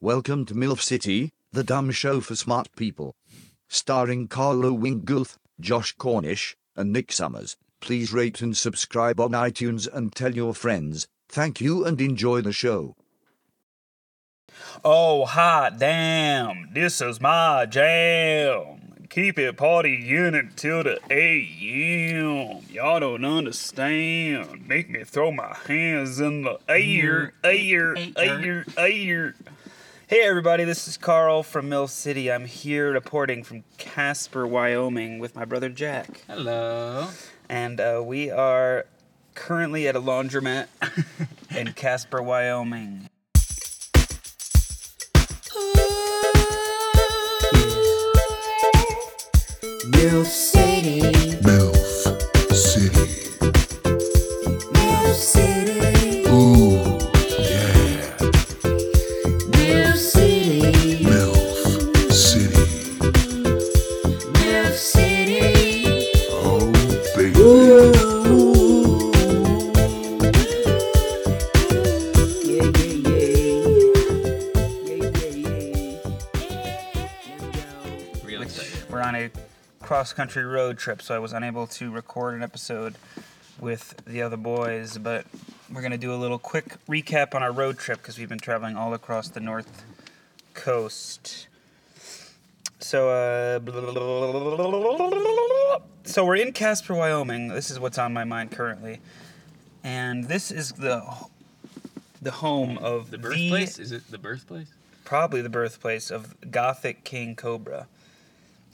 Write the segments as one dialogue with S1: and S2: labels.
S1: Welcome to MILF City, the dumb show for smart people. Starring Carlo Wingulf, Josh Cornish, and Nick Summers. Please rate and subscribe on iTunes and tell your friends. Thank you and enjoy the show.
S2: Oh, hot damn, this is my jam. Keep it party unit till the AM. Y'all don't understand. Make me throw my hands in the air, air, air, air. Hey, everybody, this is Carl from Mill City. I'm here reporting from Casper, Wyoming with my brother Jack.
S3: Hello.
S2: And uh, we are currently at a laundromat in Casper, Wyoming.
S4: Milf City.
S5: MILF City.
S4: Milf City.
S5: Ooh, yeah.
S4: Milf City.
S5: MILF City.
S4: Milf City.
S5: Oh, baby.
S4: Ooh. Yeah, yeah, yeah. Yeah, yeah,
S3: Real excited.
S2: We're on a cross country road trip, so I was unable to record an episode with the other boys, but we're going to do a little quick recap on our road trip because we've been traveling all across the North Coast. So, uh, so we're in Casper, Wyoming. This is what's on my mind currently, and this is the the home of
S3: The birthplace? Is it the birthplace?
S2: probably the birthplace of Gothic King Cobra,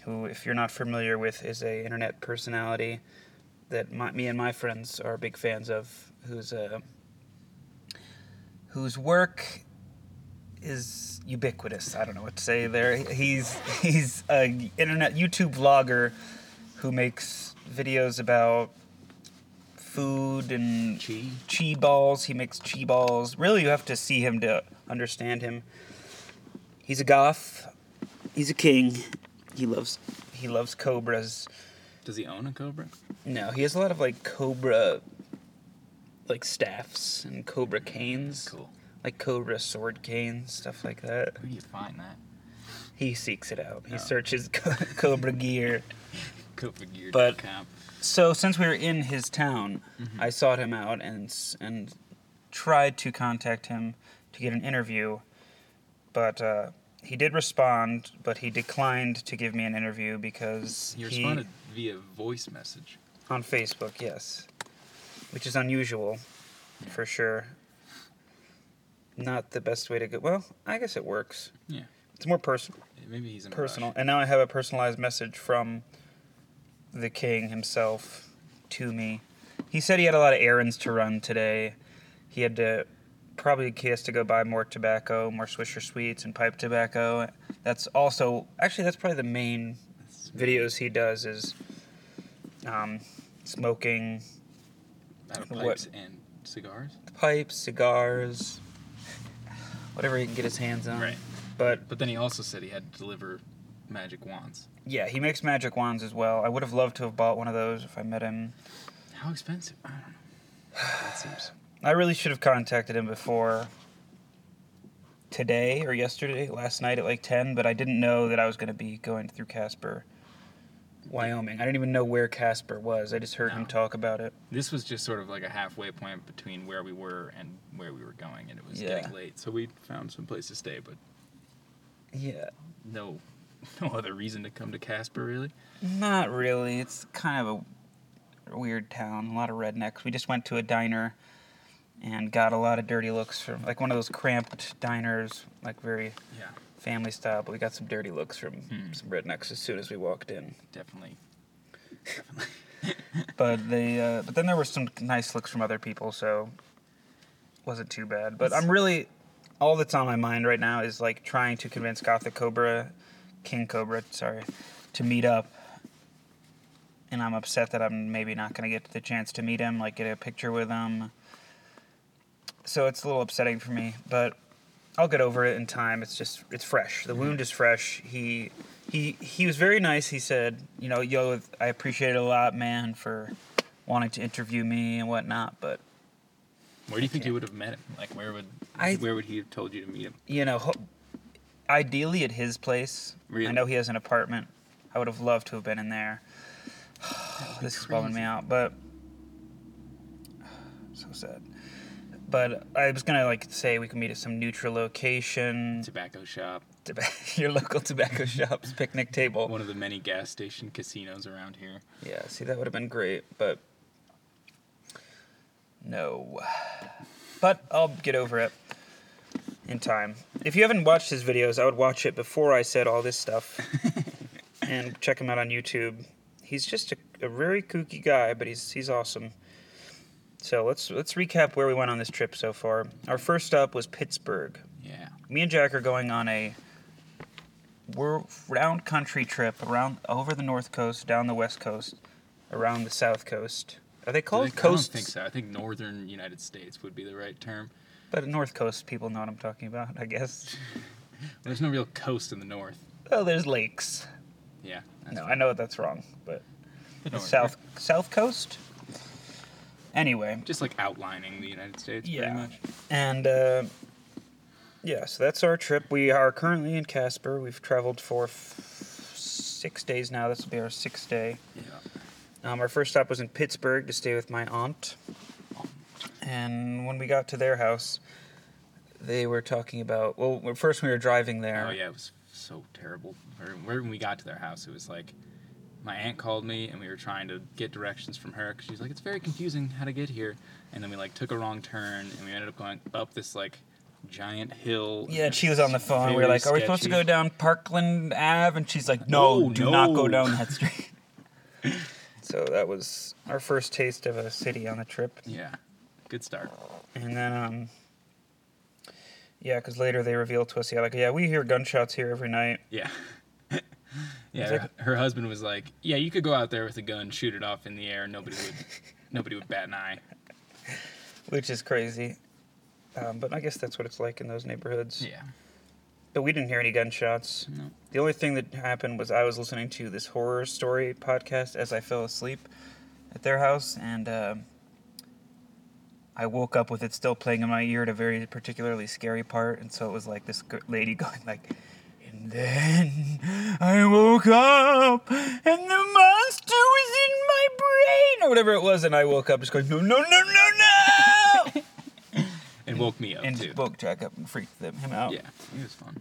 S2: who, if you're not familiar with, is a internet personality that my, me and my friends are big fans of, whose uh, whose work is ubiquitous. I don't know what to say there. He's he's a internet YouTube vlogger who makes videos about food and
S3: Chi.
S2: chi balls. He makes chi balls. Really, you have to see him to understand him. He's a goth. He's a king. He loves he loves cobras.
S3: Does he own a cobra?
S2: No, he has a lot of like cobra like staffs and cobra canes.
S3: Cool.
S2: Like cobra sword canes, stuff like that.
S3: Where do you find that?
S2: He seeks it out. He
S3: Oh.
S2: searches co- cobra gear.
S3: Cobra gear.
S2: But- So since we were in his town,
S3: Mm-hmm.
S2: I sought him out and s- and tried to contact him to get an interview, but uh, he did respond, but he declined to give me an interview because
S3: he responded via voice message.
S2: on Facebook, yes, which is unusual, for sure. Not the best way to go. Well, I guess it works.
S3: Yeah.
S2: It's more personal
S3: Maybe he's in a rush.
S2: personal. And now I have a personalized message from the king himself to me. He said he had a lot of errands to run today. He had to probably he has to go buy more tobacco, more Swisher sweets, and pipe tobacco. That's also actually that's probably the main videos he does is um, smoking
S3: Out of
S2: What?
S3: pipes and cigars.
S2: pipes, cigars, whatever he can get his hands on.
S3: Right.
S2: But
S3: But then he also said he had to deliver magic wands.
S2: yeah, he makes magic wands as well. I would have loved to have bought one of those if I met him.
S3: How expensive? I don't know. That seems.
S2: I really should have contacted him before today or yesterday, last night at like 10, but I didn't know that I was going to be going through Casper, Wyoming. I didn't even know where Casper was. I just heard him
S3: No.
S2: talk about it.
S3: This was just sort of like a halfway point between where we were and where we were going, and it was
S2: Yeah.
S3: getting late. So we found some place to stay, but
S2: Yeah.
S3: no, no other reason to come to Casper really.
S2: Not really. It's kind of a weird town, a lot of rednecks. We just went to a diner and got a lot of dirty looks from like one of those cramped diners, like very
S3: Yeah,
S2: family style, but we got some dirty looks from
S3: Hmm.
S2: some rednecks as soon as we walked in.
S3: definitely.
S2: But they, uh, but then there were some nice looks from other people, so wasn't too bad. But I'm really, all that's on my mind right now is like trying to convince Gothic Cobra, King Cobra, sorry, to meet up. And I'm upset that I'm maybe not gonna get the chance to meet him, like get a picture with him. So it's a little upsetting for me, but I'll get over it in time. It's just it's fresh. The wound is fresh. He he he was very nice. He said, you know, yo, I appreciate it a lot, man, for wanting to interview me and whatnot. But
S3: Where do you think you would have met him? Like, where would
S2: I-
S3: where would he have told you to meet him?
S2: you know, ho- ideally at his place. I
S3: Really?
S2: know he has an apartment. I would have loved to have been in there. this is bumming me out, but so sad. But I was gonna like say we could meet at some neutral location,
S3: Tobacco shop,
S2: Toba- your local tobacco shop's picnic table.
S3: one of the many gas station casinos around here.
S2: Yeah, see, that would have been great, but no. But I'll get over it in time. If you haven't watched his videos, I would watch it before I said all this stuff and check him out on YouTube. He's just a, a very kooky guy, but he's he's awesome. So let's let's recap where we went on this trip so far. Our first stop was Pittsburgh.
S3: Yeah.
S2: Me and Jack are going on a we're round country trip around over the north coast, down the west coast, around the south coast. Are they
S3: I
S2: called
S3: think-
S2: coasts?
S3: I don't think so. I think northern United States would be the right term.
S2: But north coast people know what I'm talking about, I guess.
S3: There's no real coast in the north.
S2: Oh, there's lakes.
S3: Yeah. that's
S2: No,
S3: fine.
S2: I know that's wrong, but
S3: The
S2: the
S3: north.
S2: south south coast. Anyway,
S3: Just like outlining the United States,
S2: Yeah.
S3: pretty much.
S2: and uh, yeah, so that's our trip. We are currently in Casper. We've traveled for f- six days now. This will be our sixth day.
S3: Yeah.
S2: Um, our first stop was in Pittsburgh to stay with my aunt. And when we got to their house, they were talking about. Well, when- first we were driving there.
S3: Oh yeah, it was so terrible. Or When we got to their house, it was like my aunt called me and we were trying to get directions from her because she's like, it's very confusing how to get here. And then we like took a wrong turn and we ended up going up this like giant hill.
S2: Yeah, and she was on the phone. We were
S3: Very
S2: like, "Are we supposed to go
S3: sketchy.
S2: down Parkland Ave?" And she's like, "No,
S3: No,
S2: do not go
S3: no."
S2: down that street." so that was our first taste of a city on the trip.
S3: Yeah, good start.
S2: And then, um, yeah, because later they revealed to us, yeah, like, yeah, we hear gunshots here every night.
S3: Yeah. yeah, her, her husband was like, "Yeah, you could go out there with a gun, shoot it off in the air, nobody would, nobody would bat an eye."
S2: which is crazy. Um, but I guess that's what it's like in those neighborhoods.
S3: Yeah,
S2: But we didn't hear any gunshots.
S3: no,
S2: The only thing that happened was I was listening to this horror story podcast as I fell asleep at their house, and um I woke up with it still playing in my ear at a very particularly scary part. And so it was like this gr- lady going like, and then I woke up, and the monster was in my brain, or whatever it was, and I woke up just going, no, no, no, no, no.
S3: and woke me up
S2: and
S3: too.
S2: woke Jack up and freaked them, him out.
S3: Yeah, it was fun.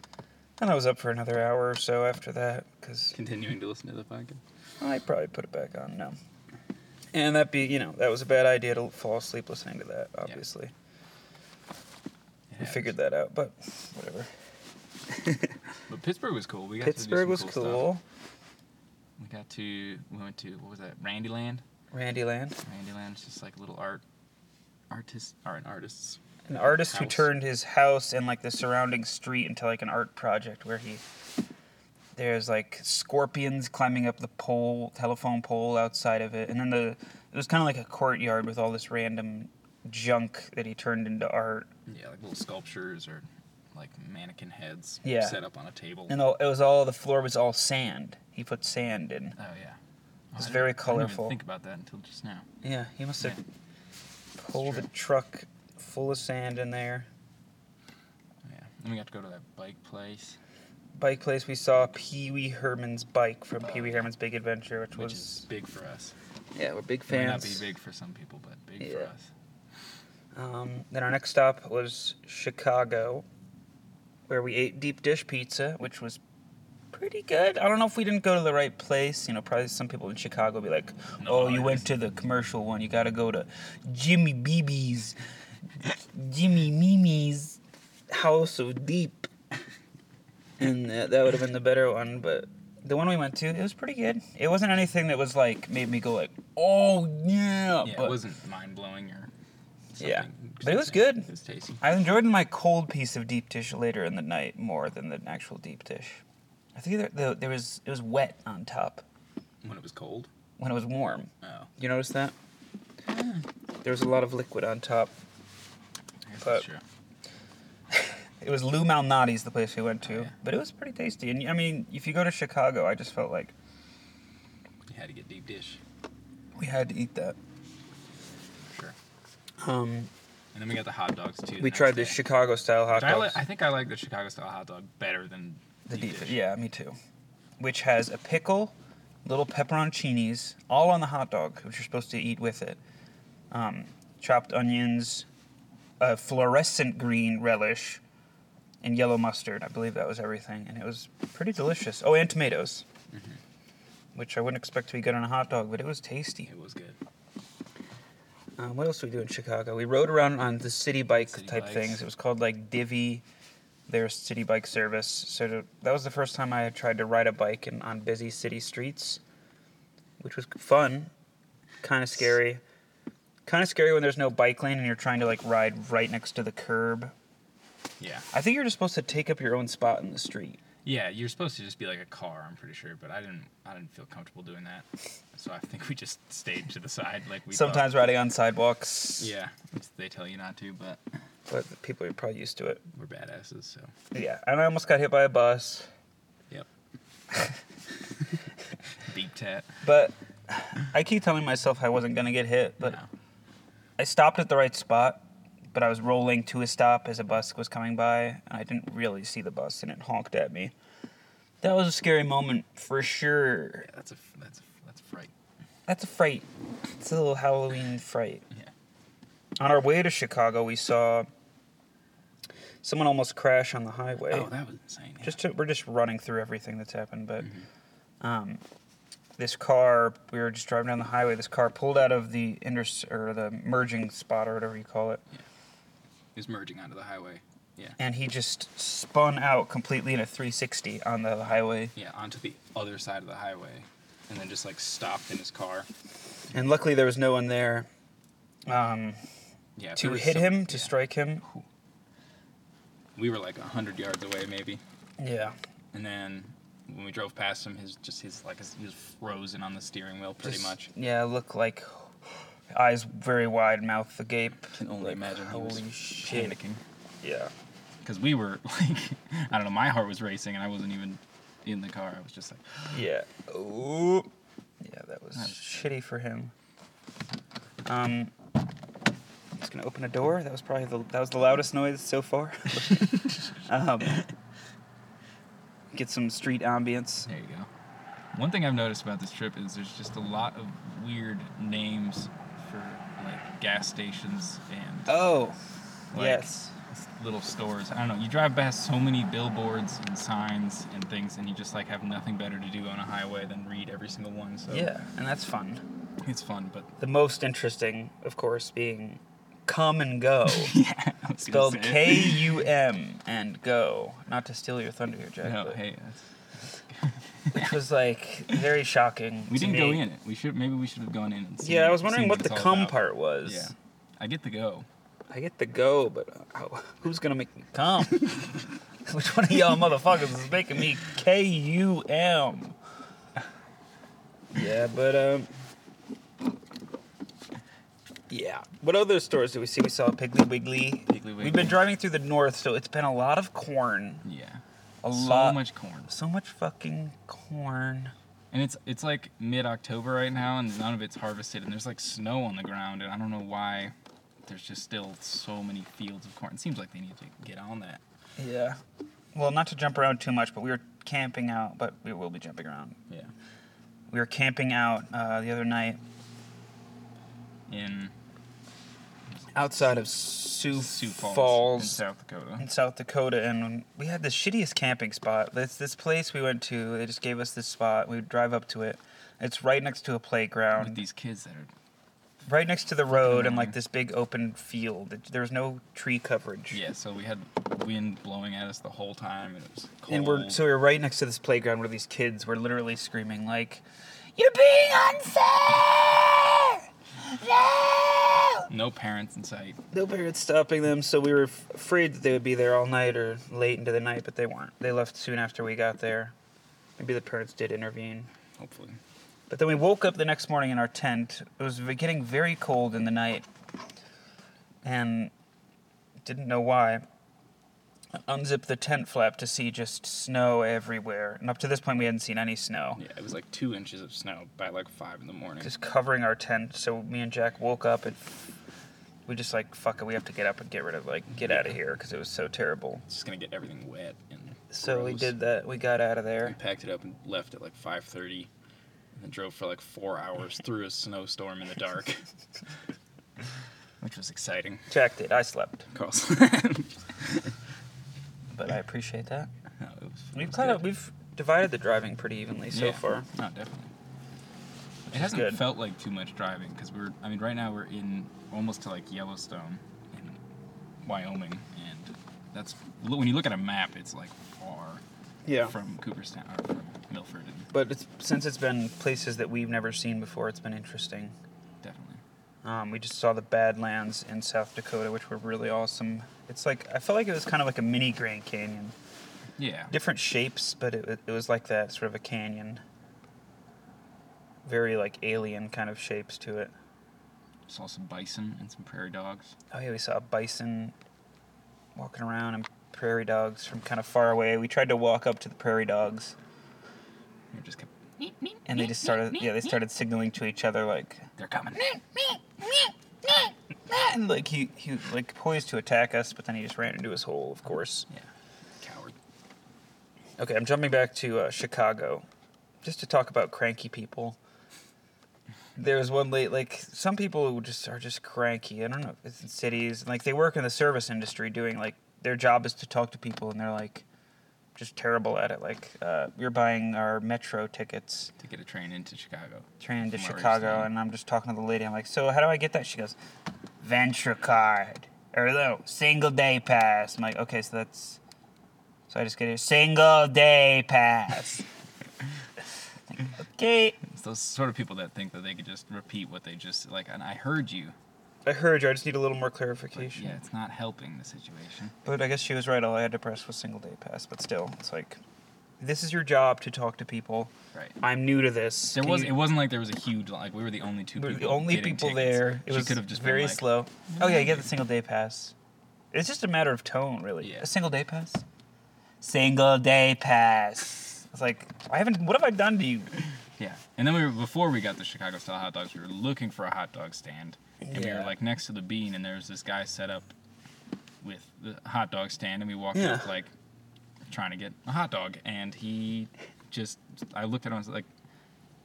S2: And I was up for another hour or so after that because
S3: Continuing to listen to the podcast.
S2: I probably put it back on now. And that be, you know, that was a bad idea to fall asleep listening to that, obviously.
S3: It
S2: We
S3: happens.
S2: figured that out, but whatever.
S3: But Pittsburgh was cool. We got
S2: Pittsburgh
S3: to do
S2: was
S3: some
S2: cool.
S3: cool. stuff. We got to we went to what was that? Randyland.
S2: Randy Land,
S3: Randyland's just like little art artists or an artists.
S2: an artist who
S3: House.
S2: turned his house and like the surrounding street into like an art project where he there's like scorpions climbing up the pole, telephone pole outside of it, and then the it was kind of like a courtyard with all this random junk that he turned into art.
S3: Yeah, like little sculptures or like mannequin heads
S2: Yeah.
S3: set up on a table.
S2: And all, it was all the floor was all sand. He put sand in.
S3: oh yeah.
S2: It's
S3: I didn't-
S2: very
S3: I didn't even
S2: colorful.
S3: think about that until just now.
S2: Yeah, he must have
S3: Yeah.
S2: pulled a
S3: true.
S2: truck full of sand in there.
S3: Yeah. Then we got to go to that bike place,
S2: Bike place we saw Pee Wee Herman's bike from Pee Wee Herman's Big Adventure, which,
S3: which
S2: was
S3: is big for us.
S2: yeah, we're big
S3: It might not be big for some people, but big for
S2: Yeah.
S3: us.
S2: Um, then our next stop was Chicago, where we ate deep dish pizza, which was pretty good. I don't know if we didn't go to the right place. You know, probably some people in Chicago be like,
S3: No,
S2: "Oh, you
S3: it
S2: went to the commercial one. You got to go to Jimmy Beebe's, Jimmy Mimi's House of Deep," and that, that would have been the better one, but. The one we went to, it was pretty good. It wasn't anything that was like made me go like, oh yeah.
S3: Yeah,
S2: but-
S3: it wasn't mind blowing or.
S2: Yeah.
S3: something
S2: But it was
S3: exciting.
S2: good.
S3: It was tasty.
S2: I enjoyed my cold piece of deep dish later in the night more than the actual deep dish. I think there, there, there was it was wet on top
S3: When it was cold.
S2: when it was warm.
S3: Oh.
S2: You notice that? Ah. There was a lot of liquid on top.
S3: I guess
S2: But-
S3: that's true.
S2: It was Lou Malnati's the place we went to,
S3: Oh, yeah.
S2: but it was pretty tasty. And I mean, if you go to Chicago, I just felt like
S3: You had to get deep dish.
S2: we had to eat that.
S3: For sure.
S2: Um,
S3: And then we got the hot dogs too. the
S2: We
S3: next
S2: tried the
S3: day.
S2: Chicago style hot
S3: Which I, li-
S2: dogs.
S3: I think I like the Chicago style hot dog better than
S2: the
S3: deep
S2: deep
S3: dish.
S2: Yeah, me too. Which has a pickle, little pepperoncinis, all on the hot dog, which you're supposed to eat with it. Um, chopped onions, a fluorescent green relish, and yellow mustard. I believe that was everything, and it was pretty delicious. Oh, and tomatoes, which I wouldn't expect to be good on a hot dog, but it was tasty.
S3: It was good.
S2: Um, what else did we do in Chicago? We rode around on the city bike
S3: City
S2: type
S3: bikes.
S2: things. It was called like Divvy, their city bike service. So to, that was the first time I had tried to ride a bike in, on busy city streets, which was fun, kind of scary. Kind of scary when there's no bike lane and you're trying to like ride right next to the curb.
S3: Yeah.
S2: I think you're just supposed to take up your own spot in the street.
S3: Yeah, you're supposed to just be like a car, I'm pretty sure, but I didn't I didn't feel comfortable doing that. So I think we just stayed to the side like we thought.
S2: Sometimes riding on sidewalks.
S3: Yeah. which They tell you not to, but
S2: But people are probably used to it.
S3: we're badasses, so
S2: Yeah. And I almost got hit by a bus.
S3: yep. Beep tat.
S2: But I keep telling myself I wasn't gonna get hit, but
S3: No.
S2: I stopped at the right spot. But I was rolling to a stop as a bus was coming by, and I didn't really see the bus, and it honked at me. That was a scary moment for sure.
S3: Yeah, that's a f- that's a, that's a fright.
S2: That's a fright. It's a little Halloween fright.
S3: Yeah.
S2: On our way to Chicago, we saw someone almost crash on the highway.
S3: Oh, that was insane. yeah.
S2: just to, we're just running through everything that's happened but
S3: Mm-hmm.
S2: um, this car we were just driving down the highway this car pulled out of the inter or the merging spot or whatever you call it
S3: it was merging onto the highway. Yeah.
S2: and he just spun out completely in a 360 on the highway
S3: Yeah, onto the other side of the highway and then just like stopped in his car.
S2: and luckily there was no one there um,
S3: Yeah. if
S2: to
S3: there was
S2: hit
S3: some-
S2: him to
S3: yeah.
S2: strike him
S3: We were like 100 yards away maybe.
S2: yeah
S3: and then when we drove past him, his just his like his, he was frozen on the steering wheel pretty
S2: Just-
S3: much.
S2: yeah look like eyes very wide mouth agape
S3: Can only
S2: like,
S3: imagine he was
S2: holy shit
S3: panicking
S2: yeah
S3: because we were like, I don't know, my heart was racing and I wasn't even in the car. I was just like,
S2: Yeah. Ooh. Yeah, that was
S3: Nice.
S2: shitty for him. Um, I'm just gonna open a door. That was probably the that was the loudest noise so far. um, get some street ambience.
S3: there you go. One thing I've noticed about this trip is there's just a lot of weird names for like gas stations and
S2: Oh,
S3: Like-
S2: yes.
S3: little stores. I don't know. You drive past so many billboards and signs and things, and you just like have nothing better to do on a highway than read every single one. So
S2: Yeah, and that's fun.
S3: it's fun, but
S2: The most interesting, of course, being come and go,
S3: yeah, I was gonna
S2: spelled
S3: say.
S2: K U M and go. Not to steal your thunder here, Jack.
S3: No,
S2: but-
S3: hey, that's,
S2: which was like very shocking.
S3: we
S2: to
S3: didn't go
S2: me.
S3: in it. We should maybe we should have gone in and seen.
S2: Yeah, I was wondering
S3: seen
S2: what the
S3: it's all
S2: cum
S3: about.
S2: part was.
S3: Yeah, I get the go.
S2: I get the go, but how- who's gonna make me cum? Which one of y'all motherfuckers is making me K U M? Yeah, but um, yeah. What other stores did we see? We saw Piggly Wiggly.
S3: Piggly
S2: We've
S3: Wiggly.
S2: been driving through the north, so it's been a lot of corn.
S3: Yeah,
S2: A
S3: so
S2: lot,
S3: much corn,
S2: so much fucking corn.
S3: and it's it's like mid October right now, and none of it's harvested, and there's like snow on the ground, and I don't know why. There's just still so many fields of corn. It seems like they need to get on that.
S2: Yeah. Well, not to jump around too much, but we were camping out, but we will be jumping around.
S3: Yeah,
S2: We were camping out uh, the other night
S3: in
S2: outside of Sioux,
S3: Sioux Falls, in
S2: Falls
S3: South Dakota.
S2: in South Dakota, and we had the shittiest camping spot. This this place we went to, they just gave us this spot. We would drive up to it. It's right next to a
S3: With
S2: playground,
S3: these kids that are
S2: right next to the road, and like
S3: around.
S2: this big open field. It- There was no tree coverage.
S3: yeah, so we had wind blowing at us the whole time, and it was cold.
S2: And we're so we we're right next to this playground where these kids were literally screaming like, "You're being unfair!" No!
S3: no parents in sight.
S2: no parents stopping them, so we were f- afraid that they would be there all night or late into the night, but they weren't. They left soon after we got there. Maybe the parents did intervene.
S3: Hopefully.
S2: But then we woke up the next morning in our tent. It was v- getting very cold in the night, and didn't know why. Unzipped the tent flap to see just snow everywhere. And up to this point, we hadn't seen any snow.
S3: Yeah, it was like two inches of snow by like five in the morning.
S2: Just covering our tent, so me and Jack woke up at we just like fuck it. We have to get up and get rid of like get out of here because it was so terrible.
S3: It's just gonna get everything wet and.
S2: So we
S3: gross.
S2: did that. We got out of
S3: We
S2: there.
S3: packed it up and left at like 5:30, and then drove for like four hours through a snowstorm in the dark, which was exciting.
S2: Jack it. I slept,
S3: Carl, it
S2: but I appreciate that.
S3: was-
S2: We've
S3: was
S2: kind of
S3: good.
S2: we've divided the driving pretty evenly so
S3: Yeah.
S2: far.
S3: No, definitely. It
S2: is
S3: hasn't
S2: good.
S3: felt like too much driving because we're. I mean, right now we're in almost to like Yellowstone in Wyoming, and that's when you look at a map, it's like far from Cooperstown or from Milford, and
S2: But it's, since it's been places that we've never seen before, it's been interesting.
S3: definitely.
S2: Um, we just saw the Badlands in South Dakota, which were really awesome. It's like I felt like it was kind of like a mini Grand Canyon,
S3: Yeah.
S2: different shapes, but it, it was like that sort of a canyon. Very like alien kind of shapes to it.
S3: Saw some bison and some prairie dogs.
S2: Oh yeah, we saw a bison walking around and prairie dogs from kind of far away. We tried to walk up to the prairie dogs,
S3: We just kept.
S2: and they just started yeah they started signaling to each other like
S3: They're coming.
S2: and like he he was, like poised to attack us, but then he just ran into his hole, of course.
S3: Yeah. Coward.
S2: Okay, I'm jumping back to uh, Chicago, just to talk about cranky people. There was one late, like some people who just are just cranky. I don't know. if It's in cities, like they work in the service industry, doing like their job is to talk to people, and they're like just terrible at it. Like uh, you're buying our metro tickets,
S3: To get a train into Chicago.
S2: train to
S3: From where we're
S2: Chicago,
S3: staying.
S2: and I'm just talking to the lady. I'm like, so how do I get that? She goes, Venture card or no single day pass. I'm like, okay, so that's so I just get a single day pass. okay,
S3: It's those sort of people that think that they could just repeat what they just like. And I heard you.
S2: I heard you. I just need a little more
S3: But
S2: clarification.
S3: yeah, it's not helping the situation.
S2: But I guess she was right. All I had to press was single day pass. But still, it's like this is your job to talk to people.
S3: Right.
S2: I'm new to this.
S3: There
S2: Can
S3: was.
S2: you-
S3: It wasn't like there was a huge like we were the only two
S2: We
S3: people.
S2: were the only
S3: getting
S2: people
S3: tickets.
S2: there. It
S3: she
S2: was
S3: could have just
S2: very
S3: been like,
S2: slow. Oh yeah, you get the single day pass. It's just a matter of tone, really.
S3: Yeah.
S2: A single day pass. Single day pass. It's like I haven't. What have I done to you?
S3: Yeah. And then we were before we got the Chicago style hot dogs. We were looking for a hot dog stand, and we were
S2: Yeah.
S3: like next to the bean, and there was this guy set up with the hot dog stand, and we walked up
S2: Yeah.
S3: like trying to get a hot dog, and he just I looked at him and was like,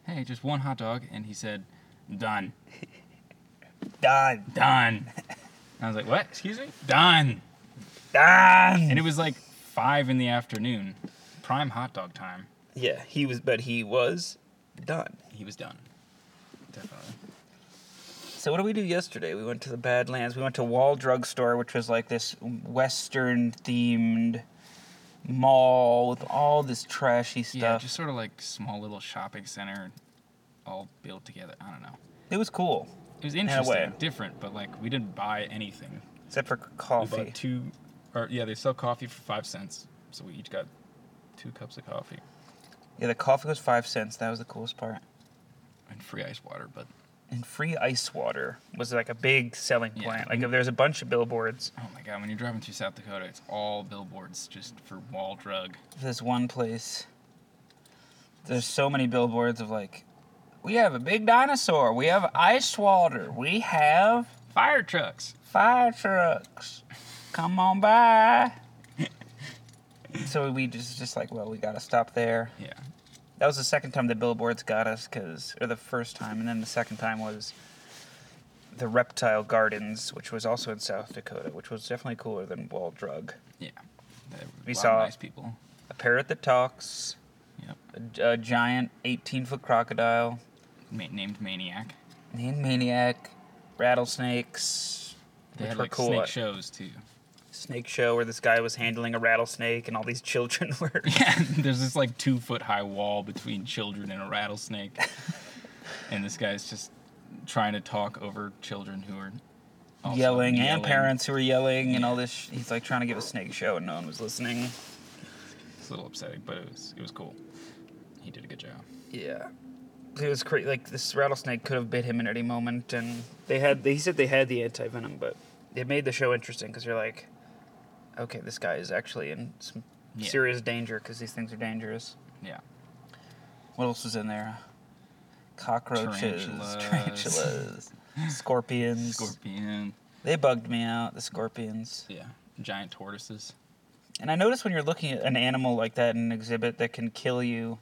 S3: "Hey, just one hot dog," and he said, "Done,
S2: Done.
S3: done." I was like, "What? Excuse me? Done."
S2: Done.
S3: And it was like five in the afternoon, prime hot dog time.
S2: Yeah, he was, but he was done.
S3: He was done. Definitely.
S2: So what did we do yesterday? We went to the Badlands. We went to Wall Drug Store, which was like this Western themed mall with all this trashy stuff.
S3: Yeah, just sort of like small little shopping center, all built together. I don't know.
S2: it was cool,
S3: It was
S2: a way.
S3: interesting, different, but like we didn't buy anything.
S2: except for
S3: We
S2: coffee.
S3: bought two, or yeah, they sell coffee for five cents, so we each got two cups of coffee
S2: Yeah, the coffee was five cents. That was the coolest part.
S3: and free ice water. But
S2: And free ice water was like a big selling
S3: Yeah.
S2: point. Like if there's a bunch of billboards.
S3: oh my god, when you're driving through South Dakota, it's all billboards just for wall drug.
S2: There's one place. There's so many billboards of like, we have a big dinosaur. We have ice water. We have
S3: Fire trucks.
S2: fire trucks. Come on by. so we just just like, well, we gotta stop there.
S3: Yeah.
S2: That was the second time the billboards got us, cause or the first time, and then the second time was the Reptile Gardens, which was also in South Dakota, which was definitely cooler than Wall Drug.
S3: Yeah. There were
S2: We
S3: a lot of
S2: saw-
S3: nice people.
S2: A parrot that talks,
S3: Yep.
S2: a, a giant 18 foot crocodile,
S3: Ma- named Maniac.
S2: named Maniac, rattlesnakes,
S3: They
S2: which
S3: had
S2: were
S3: like
S2: cool.
S3: snake shows too.
S2: Snake show where this guy was handling a rattlesnake and all these children were.
S3: Yeah, there's this like two foot high wall between children and a rattlesnake. and this guy's just trying to talk over children who are also
S2: yelling, and parents who were yelling and all this. Sh- he's like trying to give a snake show and no one was listening.
S3: It's a little upsetting, but it was it was cool. He did a good job.
S2: Yeah. It was crazy. Like this rattlesnake could have bit him at any moment, and they had. They, he said they had the anti venom, but it made the show interesting because you're like, okay, this guy is actually in some
S3: Yeah.
S2: serious danger because these things are dangerous.
S3: Yeah.
S2: What else was in there? Cockroaches,
S3: Tarantulas.
S2: tarantulas, scorpions,
S3: Scorpion.
S2: They bugged me out, the scorpions.
S3: Yeah, giant tortoises.
S2: And I noticed when you're looking at an animal like that in an exhibit that can kill you,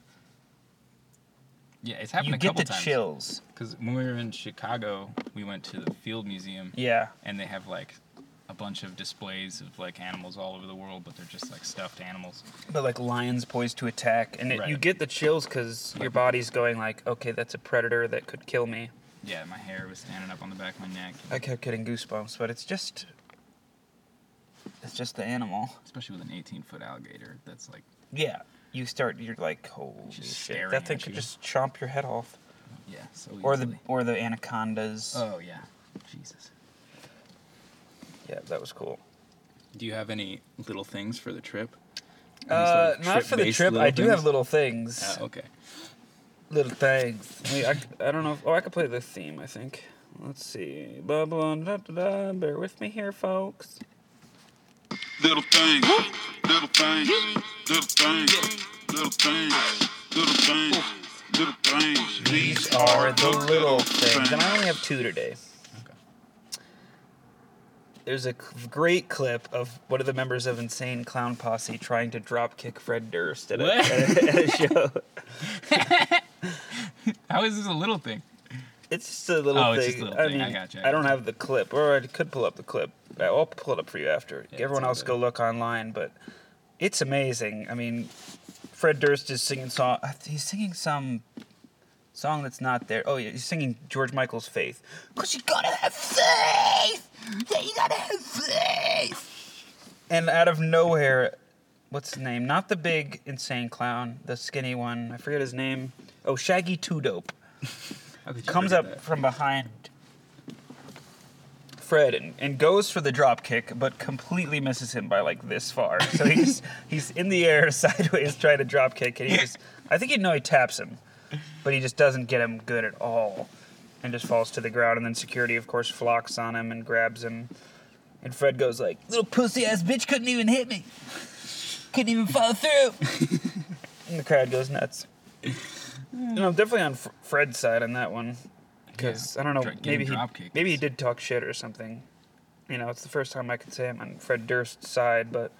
S3: Yeah, it's happened
S2: you
S3: a
S2: get
S3: couple
S2: the
S3: times.
S2: chills.
S3: Because when we were in Chicago, we went to the Field Museum,
S2: Yeah.
S3: and they have like a bunch of displays of like animals all over the world, but they're just like stuffed animals.
S2: But like lions poised to attack, and it, you
S3: Right.
S2: get the chills because your body's going like, okay, that's a predator that could kill me.
S3: Yeah, my hair was standing up on the back of my neck,
S2: I kept getting goosebumps, but it's just, it's just the animal.
S3: especially with an 18 foot alligator that's like,
S2: Yeah, you start. You're like, holy
S3: Just
S2: shit!
S3: staring
S2: That thing
S3: at
S2: could
S3: you.
S2: just chomp your head off,
S3: yeah, so
S2: or the
S3: easily.
S2: or the anacondas.
S3: oh yeah, Jesus.
S2: yeah, that was cool.
S3: Do you have any little things for the trip? Any
S2: Uh,
S3: sort of
S2: not for the
S3: trip-based
S2: trip.
S3: little
S2: I do have
S3: things?
S2: little things.
S3: Oh, okay.
S2: Little things. I, mean, I, I don't know. If, oh, I could play the theme. I think. Let's see. Blah blah da da da. Bear with me here, folks.
S6: Little things, little things, little things, little things, little things, little things.
S2: These are the little things. And I only have two today.
S3: Okay.
S2: There's a c- great clip of one of the members of Insane Clown Posse trying to drop kick Fred Durst at a,
S3: What?
S2: at a, at a show.
S3: How is this a little thing?
S2: It's just a little
S3: Oh,
S2: thing.
S3: it's just a little
S2: I
S3: thing.
S2: mean,
S3: I
S2: I,
S3: gotcha, I
S2: don't
S3: gotcha.
S2: have the clip, or I could pull up the clip. I'll pull it up for you after.
S3: it's
S2: Everyone
S3: all
S2: else,
S3: good.
S2: go look online. But it's amazing. I mean, Fred Durst is singing song. I th- He's singing some song that's not there. Oh yeah, he's singing George Michael's "Faith." Cause you gotta have faith. Yeah, you gotta have faith. And out of nowhere, what's his name? Not the big insane clown, the skinny one. I forget his name. Oh, Shaggy Two Dope
S3: How could you
S2: comes
S3: forget
S2: up
S3: that?
S2: from behind Fred and, and goes for the drop kick, but completely misses him by like this far. So he's he's in the air sideways trying to drop kick, and he just I think you know he taps him, but he just doesn't get him good at all, and just falls to the ground. And then security, of course, flocks on him and grabs him, and Fred goes like, "Little pussy ass bitch couldn't even hit me, couldn't even follow through," and the crowd goes nuts. You know, I'm definitely on F- Fred's side on that one. Because
S3: Yeah.
S2: I don't know,
S3: Dra- getting
S2: maybe he,
S3: dropkicked
S2: maybe he
S3: is-
S2: did talk shit or something. You know, it's the first time I could say I'm on Fred Durst's side, but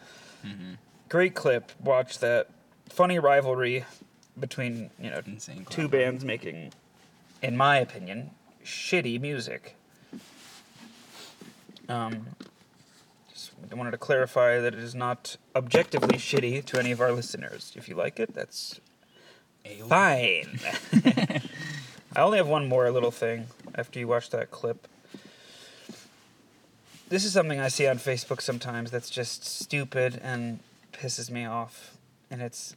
S2: great clip. Watch that funny rivalry between you know
S3: Insane
S2: two
S3: clown.
S2: bands making, in my opinion, shitty music. Um, just wanted to clarify that it is not objectively shitty to any of our listeners. If you like it, that's
S3: A-
S2: Fine. I only have one more little thing after you watch that clip. This is something I see on Facebook sometimes that's just stupid and pisses me off. And it's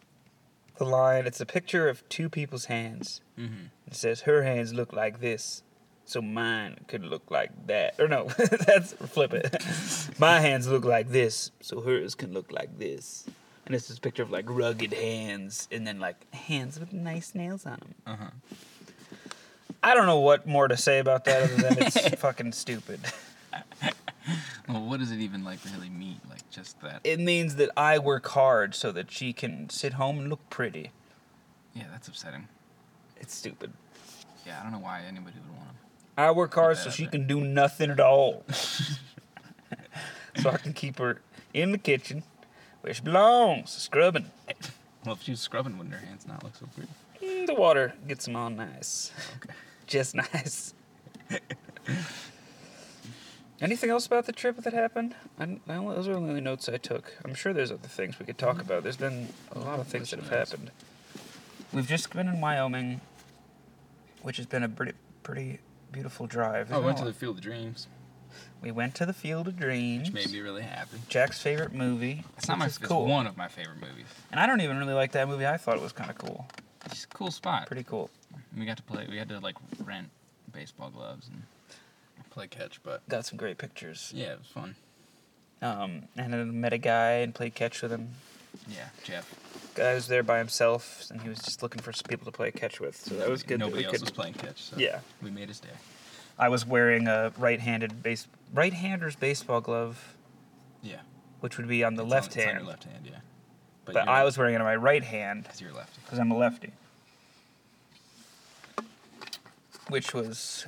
S2: the line, it's a picture of two people's hands.
S3: Mhm.
S2: It says, her hands look like this, so mine could look like that. Or no, that's flip it. My hands look like this, so hers can look like this. And it's this picture of like rugged hands, and then like hands with nice nails on them.
S3: Uh-huh.
S2: I don't know what more to say about that other than it's fucking stupid.
S3: Well, what does it even like really mean? Like just that?
S2: It means that I work hard so that she can sit home and look pretty.
S3: yeah, that's upsetting.
S2: It's stupid.
S3: Yeah, I don't know why anybody would want them.
S2: I work hard so
S3: that
S2: she
S3: up
S2: can do nothing at all. so I can keep her in the kitchen where she belongs, scrubbing.
S3: Well, if she was scrubbing, wouldn't her hands not look so pretty?
S2: Mm, The water gets them all nice.
S3: Okay.
S2: Just nice. Anything else about the trip that happened? I, didn't- I only, those are the only notes I took. I'm sure there's other things we could talk
S3: Mm-hmm.
S2: about. There's been a lot of things that have happened. We've just been in Wyoming, which has been a pretty, pretty beautiful drive.
S3: Oh, I went to
S2: Isn't
S3: the
S2: it?
S3: Field of Dreams,
S2: we went to the Field of Dreams.
S3: which made me really happy.
S2: Jack's favorite movie.
S3: It's not
S2: which
S3: my.
S2: is
S3: It's one of my favorite movies.
S2: And I don't even really like that movie. I thought it was kind of cool.
S3: It's just a cool spot.
S2: Pretty cool.
S3: We got to play. We had to like rent baseball gloves and play catch, but
S2: Got some great pictures.
S3: yeah, it was fun.
S2: Um, and then met a guy and played catch with him.
S3: Yeah, Jeff.
S2: Guy was there by himself, and he was just looking for s- people to play catch with. So that was good. that
S3: Nobody
S2: we
S3: else
S2: could-
S3: was playing catch. So
S2: Yeah.
S3: we made his day.
S2: I was wearing a right-handed base, right-hander's baseball glove,
S3: Yeah,
S2: which would be on the
S3: It's on-
S2: left
S3: it's on your
S2: hand.
S3: left hand, yeah.
S2: But I was wearing it on my right hand
S3: because you're lefty.
S2: because I'm a lefty, which was,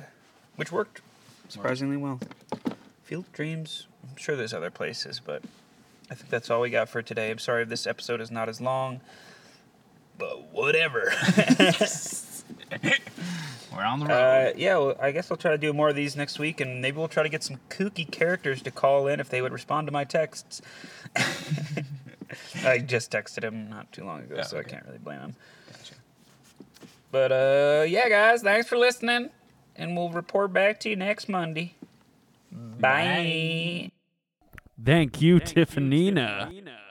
S2: which worked surprisingly well. Field of Dreams. I'm sure there's other places, but I think that's all we got for today. I'm sorry if this episode is not as long, but whatever.
S3: We're on the
S2: uh,
S3: road.
S2: yeah, well, I guess I'll try to do more of these next week, and maybe we'll try to get some kooky characters to call in if they would respond to my texts. I just texted him not too long ago,
S3: Oh,
S2: so I
S3: okay.
S2: can't really blame him.
S3: Gotcha.
S2: But uh, yeah, guys, thanks for listening, and we'll report back to you next Monday. Bye.
S7: Thank you, Tiffanina.